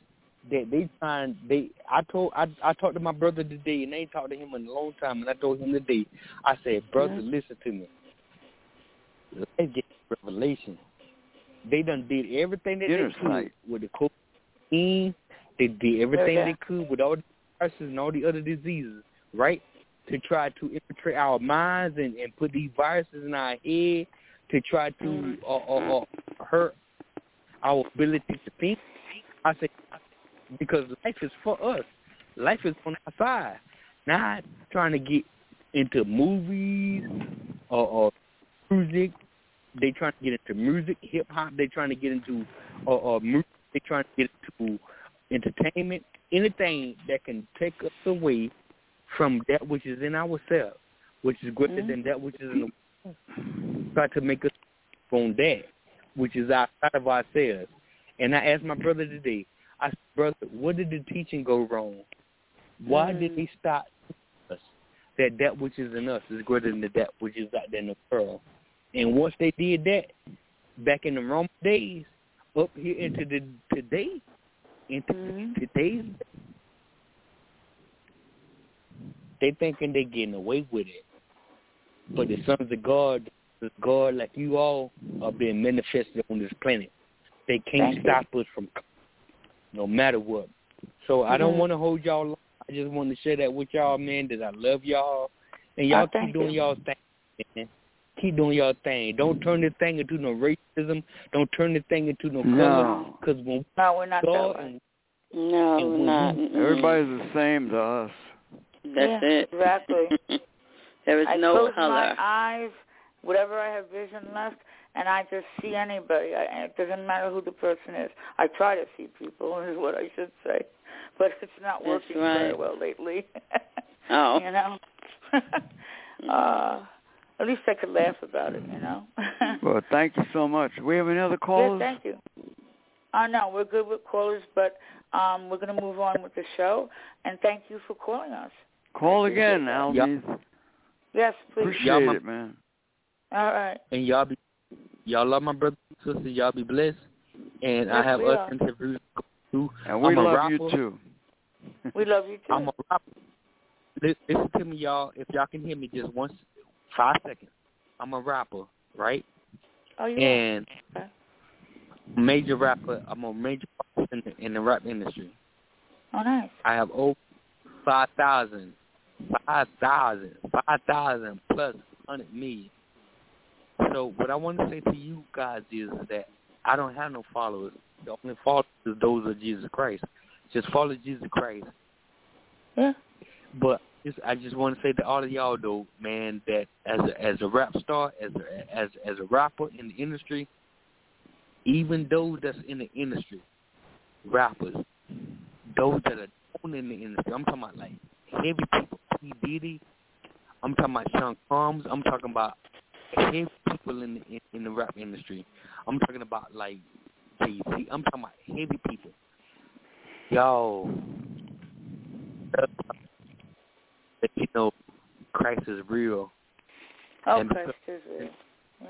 that they trying they I told I I talked to my brother today and they ain't talked to him in a long time and I told him today, I said, Brother, Mhm. listen to me. Let's get revelation. They done did everything that Inner they could sight. with the cocaine. They did everything Yeah. they could with all the viruses and all the other diseases, right? To try to infiltrate our minds and, and put these viruses in our head to try to Mhm. uh, uh, uh, hurt our ability to think. I say because life is for us. Life is on our side. Not trying to get into movies or, or uh, music. They trying to get into music, hip hop. They trying to get into or, or music. They trying to get into entertainment. Anything that can take us away from that which is in ourselves, which is greater than that which is in the world. Try to make us on that, which is outside of ourselves. And I asked my brother today, I said, brother, what did the teaching go wrong? Why did Mm. he stop us? That that which is in us is greater than that which is out there in the world. And once they did that, back in the Roman days, up here into the today, into Mhm. today's, they thinking they getting away with it. But the sons of God, the God like you all, are being manifested on this planet. They can't Thank you. stop us from, c- no matter what. So I don't Mhm. want to hold y'all. long. I just want to share that with y'all, man. That I love y'all, and y'all Oh, keep thank doing you. y'all thing. Man. Keep doing y'all thing. Don't turn this thing into no racism. Don't turn this thing into no, color. No, Because when No, we're not God that way. and No, And we're when not. we- Mm-mm. everybody's the same to us. That's Yeah, it. exactly. [laughs] there is I no close my color. eyes, whatever I have vision left, and I just see anybody. I, and it doesn't matter who the person is. I try to see people, [laughs] is what I should say, but it's not That's working very right. well lately. Oh. [laughs] [laughs] you know, uh, at least I could laugh about it. You know. [laughs] Well, thank you so much. We have another yeah, caller. thank you. Uh, no, we're good with callers, but um, we're going to move on with the show. And thank you for calling us. Call appreciate again, that. Alameen. Yes, please. Appreciate Y'all my- it, man. All right. And y'all be y'all love my brother and sister. Y'all be blessed. And Yes, I have we us are. interviews to go to. And we I'm a love rapper. you too. We love you too. I'm a rapper. Li- Listen to me, y'all. If y'all can hear me, just once, five seconds. I'm a rapper, right? oh, you are. And Okay. major rapper. I'm a major rapper in the, in the rap industry. Oh, nice. I have over 5,000, 5,000, 5,000 plus 100 million. So what I want to say to you guys is that I don't have no followers. The only followers is those of Jesus Christ. Just follow Jesus Christ. Yeah. But just, I just want to say to all of y'all though, man, that as a, as a rap star, as a, as as a rapper in the industry, even those that's in the industry, rappers, those that are known in the industry. I'm talking about like heavy people, P Diddy. I'm talking about Sean Combs. I'm talking about heavy people in the in, in the rap industry. I'm talking about like Jay Z. I'm talking about heavy people. Yo, that you know, Christ is real. Oh, And- Christ is real. Yeah.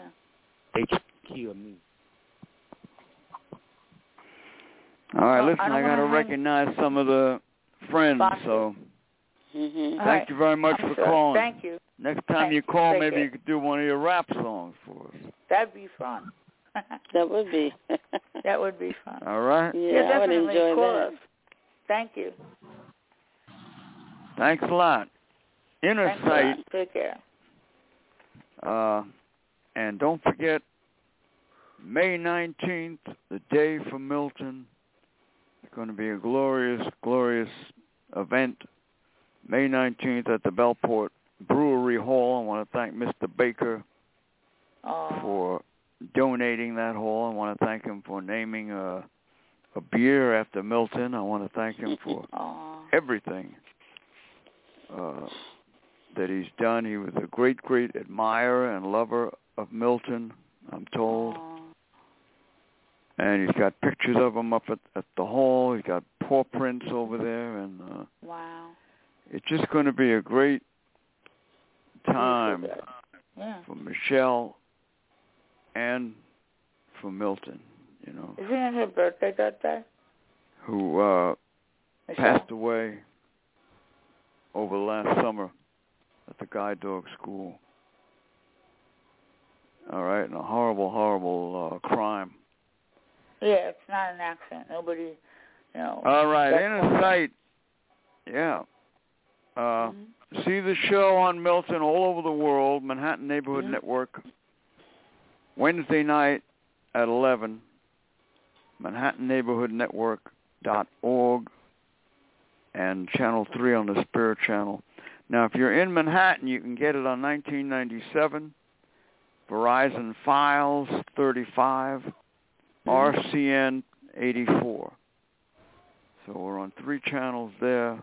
They try to kill me. All right, Well, I listen, don't I, got wanna to hang- recognize some of the friends. Boxes. So hmm All thank right. you very much I'm for sure. calling. Thank you. Next time Thank you you. call, Take maybe care. you could do one of your rap songs for us. That'd be fun. [laughs] That would be. that would be fun. All right. yeah, yeah, I would definitely. enjoy call that. us. Thank you. Thanks a lot. Inner Thanks a Sight, lot. Take care. uh, and don't forget May 19th, the day for Milton. It's going to be a glorious, glorious event. May 19th at the Bellport Brewery Hall. I want to thank Mr. Baker Oh, for donating that hall. I want to thank him for naming a, a beer after Milton. I want to thank him [laughs] for oh, everything uh, that he's done. He was a great, great admirer and lover of Milton, I'm told. And he's got pictures of him up at, at the hall. He's got paw prints over there. And uh, wow. it's just going to be a great time Yeah. for Michelle and for Milton, you know. Isn't it her birthday that day? who uh Michelle? passed away over last summer at the guide dog school. All right, and a horrible, horrible uh crime. Yeah, it's not an accident. Nobody, you know. All right, that's inner sight. Yeah. Uh see the show on Milton all over the world, Manhattan Neighborhood Yeah. Network. Wednesday night at eleven. Manhattan Neighborhood Network dot org and channel three on the Spirit Channel. Now, if you're in Manhattan, you can get it on 1997, Verizon Files 35, RCN 84. So we're on three channels there,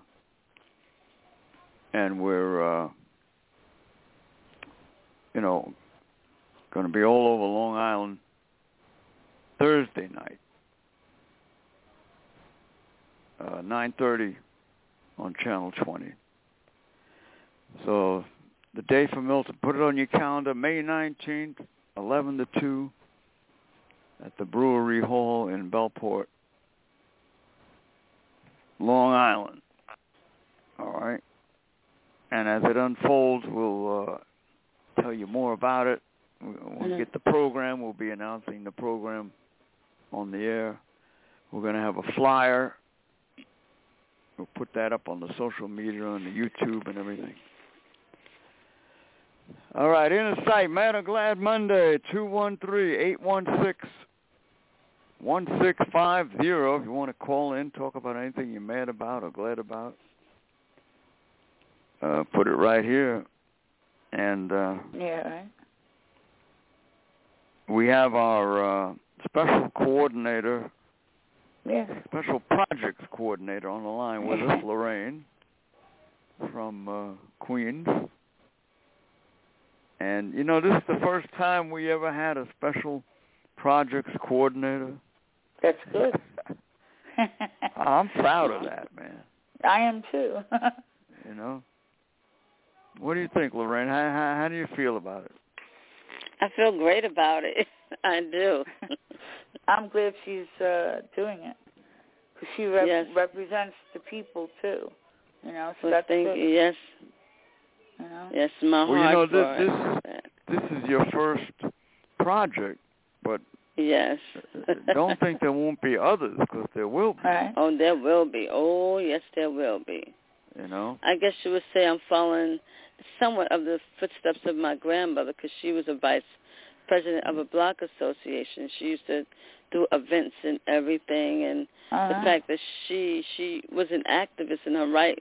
and we're, uh, you know, going to be all over Long Island Thursday night, uh, 9:30 on channel 20. So the day for Milton, put it on your calendar, May 19th, 11 to 2 at the Brewery Hall in Bellport, Long Island. All right. And as it unfolds, we'll uh, tell you more about it. We'll we'll Mhm. get the program. We'll be announcing the program on the air. We're going to have a flyer. We'll put that up on the social media, on the YouTube, and everything. All right, Inner Sight, Man of Glad Monday, 213-816-1650. If you want to call in, talk about anything you're mad about or glad about, uh, put it right here. And uh, Mm-hmm. Yeah, right? we have our uh, special coordinator, Yeah. special projects coordinator on the line with us, Lorraine from uh, Queens. And you know, this is the first time we ever had a special projects coordinator. That's good. I'm proud of that, man. [laughs] I am [laughs] too. You know, what do you think, Lorraine? How how, how do you feel about it? I feel great about it. [laughs] I do. [laughs] I'm glad she's uh, doing it because she rep- Yes. represents the people too. You know, so Well, that's thank good. you. Yes, You know, yes, my Well, you heart know, for this- it. This is your first project, but Yes. uh, don't think there won't be others because there will be. right? Oh, there will be. Oh, yes, there will be. You know, I guess you would say I'm following somewhat of the footsteps of my grandmother because she was a vice president of a block association. She used to do events and everything, and All the right. fact that she she was an activist in her right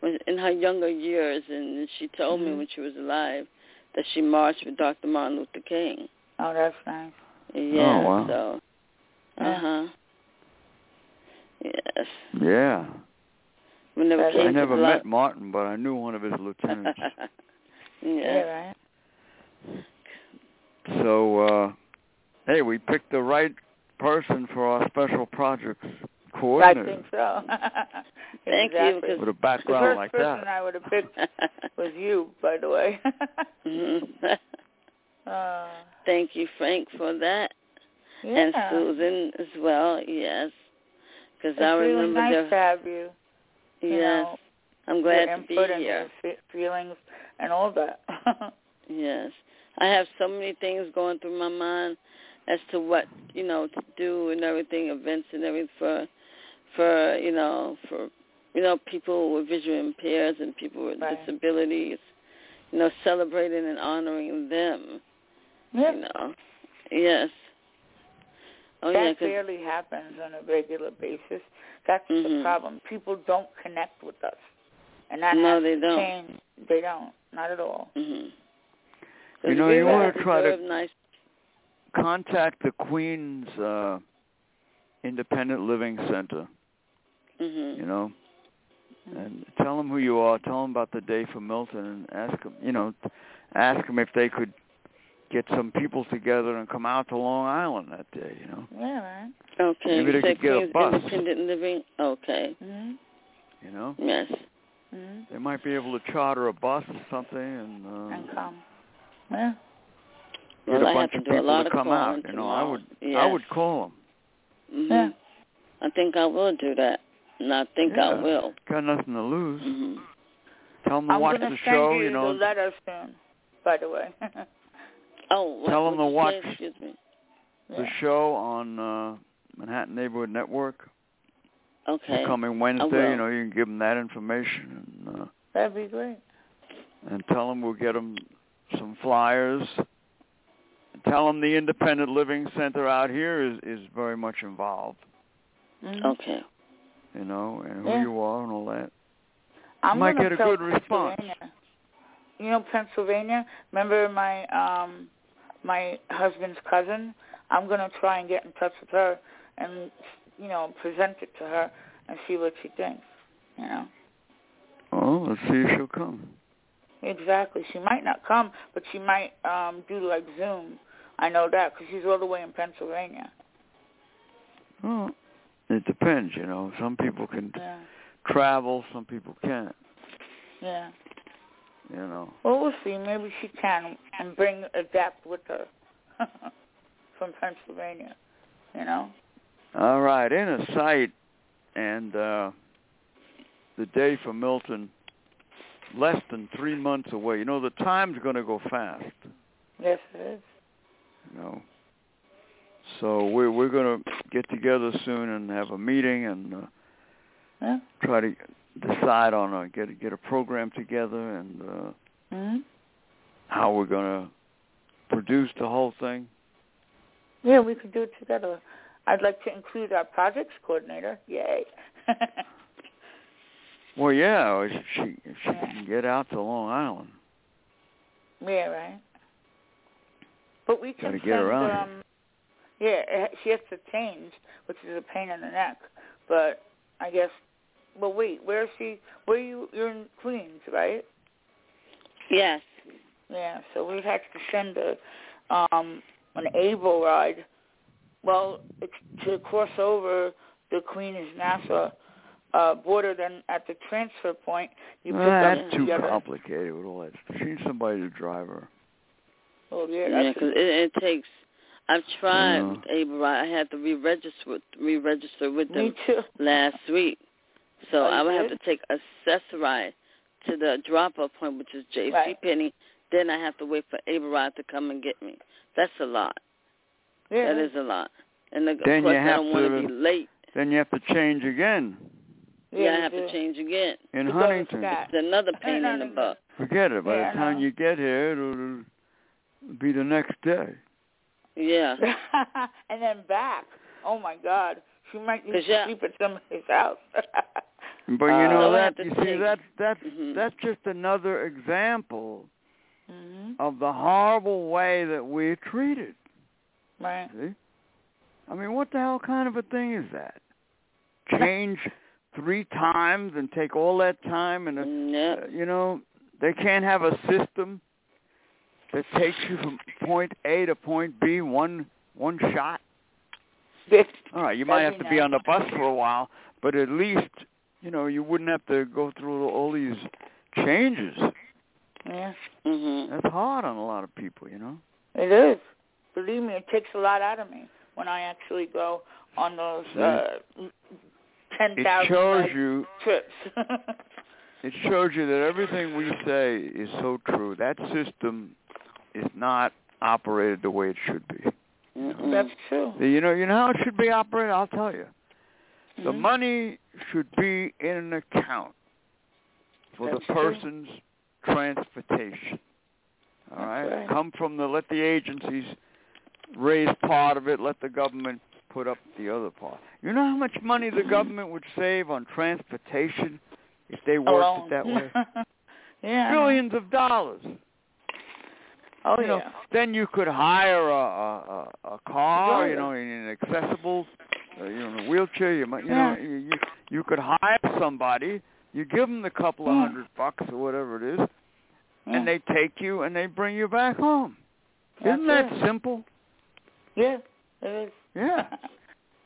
when in her younger years, and she told me Mhm. when she was alive that she marched with Dr. Martin Luther King. Oh, that's nice. Yeah. wow. So. Yeah. Uh huh. Yes. yeah. Whenever I came I to never block. met Martin, but I knew one of his lieutenants. Yeah, [laughs] yeah. [laughs] right. so, uh, hey, we picked the right person for our special projects I coordinator think so. [laughs] Thank you, exactly. because- with a the background first like person that. I would have picked was you, by the way. [laughs] Mhm. uh, [laughs] Thank you, Frank, for that, yeah. and Susan as well. Yes, because It's I really remember nice to the have you. yes. you know, I'm your glad to be input and here. your fe- feelings and all that. [laughs] Yes, I have so many things going through my mind as to what you know to do and everything, events and everything for for you know for you know people with visual impairs and people with Right. disabilities. You know, celebrating and honoring them. yeah, You know, yes. Oh yeah, that 'cause- barely happens on a regular basis. That's the Mhm. problem. People don't connect with us, and that No, has they to don't. change. They don't, not at all. Mhm. You know, you Really wanna try to- deserve nice. Contact the Queens uh, Independent Living Center. Mhm. You know, Mm-hmm. and tell them who you are. Tell them about the day for Milton, and ask them. You know, ask them if they could get some people together and come out to Long Island that day. You know, Yeah, right. Okay. Maybe they you said could get a Queens bus. Independent living. Okay. Mhm. you know, Yes. Mhm. they might be able to charter a bus or something and uh, And come. Yeah. get well, a I have bunch to of do a people lot to of come out. calling You know, I tomorrow. would Yes. I would call them. Mhm. Yeah. I think I will do that, and I think I Yeah. will. Got nothing to lose. Mhm. Tell them to I'm watch gonna the send show. you, You know, the letter soon. By the way. [laughs] Yeah. Oh, what, Tell 'em what'd to you watch- Say? Excuse me. the show on uh, Manhattan Neighborhood Network Okay. coming will. Wednesday. You know, you can give them that information and. Uh, That'd be great. and tell them we'll get them some flyers. Tell them the Independent Living Center out here is is very much involved, Mhm. Okay. you know, and who Yeah. you are and all that. I'm might gonna get a tell good response. Pennsylvania. You know, Pennsylvania. Remember my um my husband's cousin. I'm gonna try and get in touch with her and you know present it to her and see what she thinks. You know, Oh, let's see if she'll come. exactly. She might not come, but she might um do like Zoom. I know that because she's all the way in Pennsylvania. Oh, it depends, you know. Some people can Yeah, travel, some people can't, yeah. you know. Well, we'll see. Maybe she can and bring a dap with her [laughs] from Pennsylvania. You know. All right, in a sight, and uh, the day for Milton, less than three months away. You know, the time's going to go fast. Yes, it is. you know. So we're we're gonna get together soon and have a meeting and uh, Yeah. try to decide on a get get a program together and uh, hmm how we're gonna produce the whole thing. Yeah, we could do it together. I'd like to include our projects coordinator. Yay. [laughs] Well, yeah, if she if she can get out to Long Island. yeah, right. But we can Gotta get send, her out. um yeah, it- she has to change, which is a pain in the neck. But I guess well wait, where is she where you you're in Queens, right? Yes. Yeah, so we have to send a um an able ride. Well, it's to cross over the Queen is Nassau uh border then at the transfer point you pick Nah, up that's too the other complicated with all that. She needs somebody to drive her. Oh yeah, Yeah, that's because it, it takes. I've tried Yeah. with Able Rod. I had to re-register with- re-register with me them too. last week, so Oh, you I would have did? to take accessoride to the drop-off point, which is J.C. Right. Penney. Then I have to wait for Able Rod to come and get me. That's a lot. Yeah. That is a lot. And the, of Then you course, I have don't want to- to be late. Then you have to change again Yeah, I you have do. to change again. in To go to Huntington. Scott. It's another Hey, pain [laughs] no, in the no, no. butt. Forget it. By Yeah, I the time know. you get here, it'll it'll be the next day. [laughs] Yeah. and then back. Oh my God, she might need 'Cause, to yeah. sleep at somebody's house. [laughs] But Uh, you know so we that have to you see take- that that's Mhm. that's just another example Mm-hmm. hmm of the horrible way that we're treated. Mm-hmm. Right. See? I mean, what the hell kind of a thing is that? Change three times and take all that time and uh, Yeah. you know they can't have a system that takes you from point A to point B one one shot. [laughs] All right, you might That'd have be to be nice. on the bus for a while, but at least you know you wouldn't have to go through all these changes. Yeah. Mhm. That's hard on a lot of people, you know. It is. Believe me, it takes a lot out of me when I actually go on those Yeah. uh, ten It thousand shows you trips. [laughs] it shows you that everything we say is so true. That system is not operated the way it should be. Mm-mm. That's true. You know, you know how it should be operated. I'll tell you. The Mhm. money should be in an account for That's the true. person's transportation. That's All right? right. Come from the let the agencies raise part of it, let the government put up the other part. You know how much money the government would save on transportation if they worked Alone. it that [laughs] way? yeah. Billions of dollars. Oh you know, yeah. then you could hire a a, a, a car, Yeah. you know, in an accessible, uh, you know, in a wheelchair. You might, you Yeah. know, you, you you could hire somebody. You give them the couple of Yeah. hundred bucks or whatever it is, yeah. and they take you and they bring you back home. That's Isn't that it. simple? Yeah. It is. Yeah. [laughs]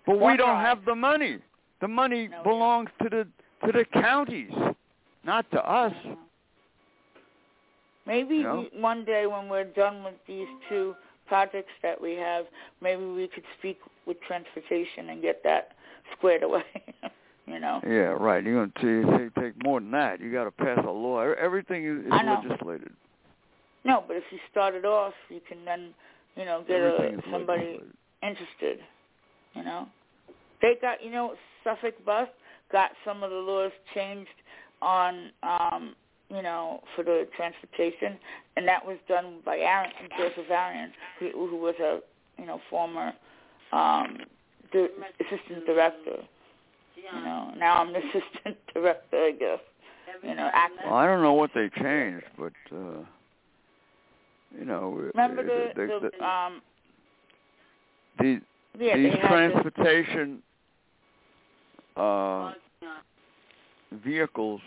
But we One don't ride. have the money. The money No, we don't. belongs to the to the counties, not to us. Maybe You know? we- one day when we're done with these two projects that we have, maybe we could speak with transportation and get that squared away. [laughs] you know. Yeah, right. You're going to take, take more than that. You got to pass a law. E- Everything is, is I know. legislated. No, but if you start it off, you can then, you know, get a, Everything is uh, somebody legislated. interested. You know, they got you know Suffolk Bus got some of the laws changed on, um, you know, for the transportation, and that was done by Aaron Joseph Arian, who, who was a you know former um, di- assistant director. You know, now I'm the [laughs] assistant director, I guess. You know, acting. Well, I don't know what they changed, but uh you know, uh, Remember the, the, the, um, the, yeah, these they had the, transportation uh vehicles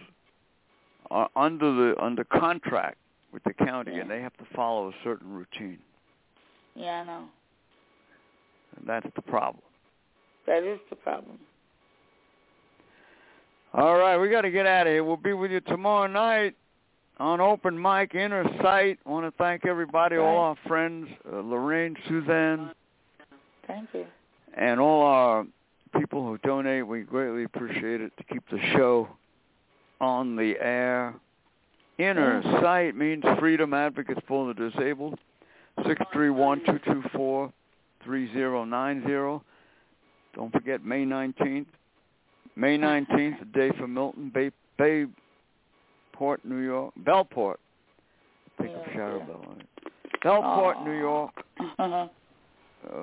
are under the under contract with the county, and Yeah. they have to follow a certain routine, yeah, I know. and that's the problem. That is the problem. All right, we got to get out of here. We'll be with you tomorrow night on Open Mic Inner Sight. Want to thank everybody, all our friends, uh, Lorraine, Suzanne, Thank you. and all our people who donate. We greatly appreciate it to keep the show on the air. Inner Yeah. Sight means Freedom Advocates for the Disabled. Six three one two two four three zero nine zero. Don't forget May 19th. May 19th, a day for Milton, Bay, Bayport, New York, Bellport. I think Yeah, I'm Shira yeah. Bell on it. Bellport, New Aw. York, [laughs] Uh-huh.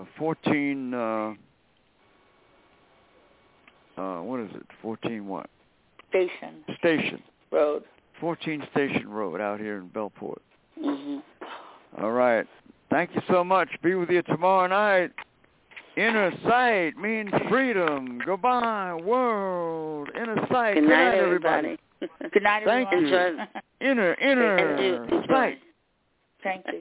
uh, 14 uh uh what is it 14 what Station station Road. 14 station road out here in bellport Mhm. all right thank you so much be with you tomorrow night inner sight means freedom goodbye world inner sight Good night, everybody, everybody. Good night, Thank everyone. you. inner And do inner enjoy. sight Thank you.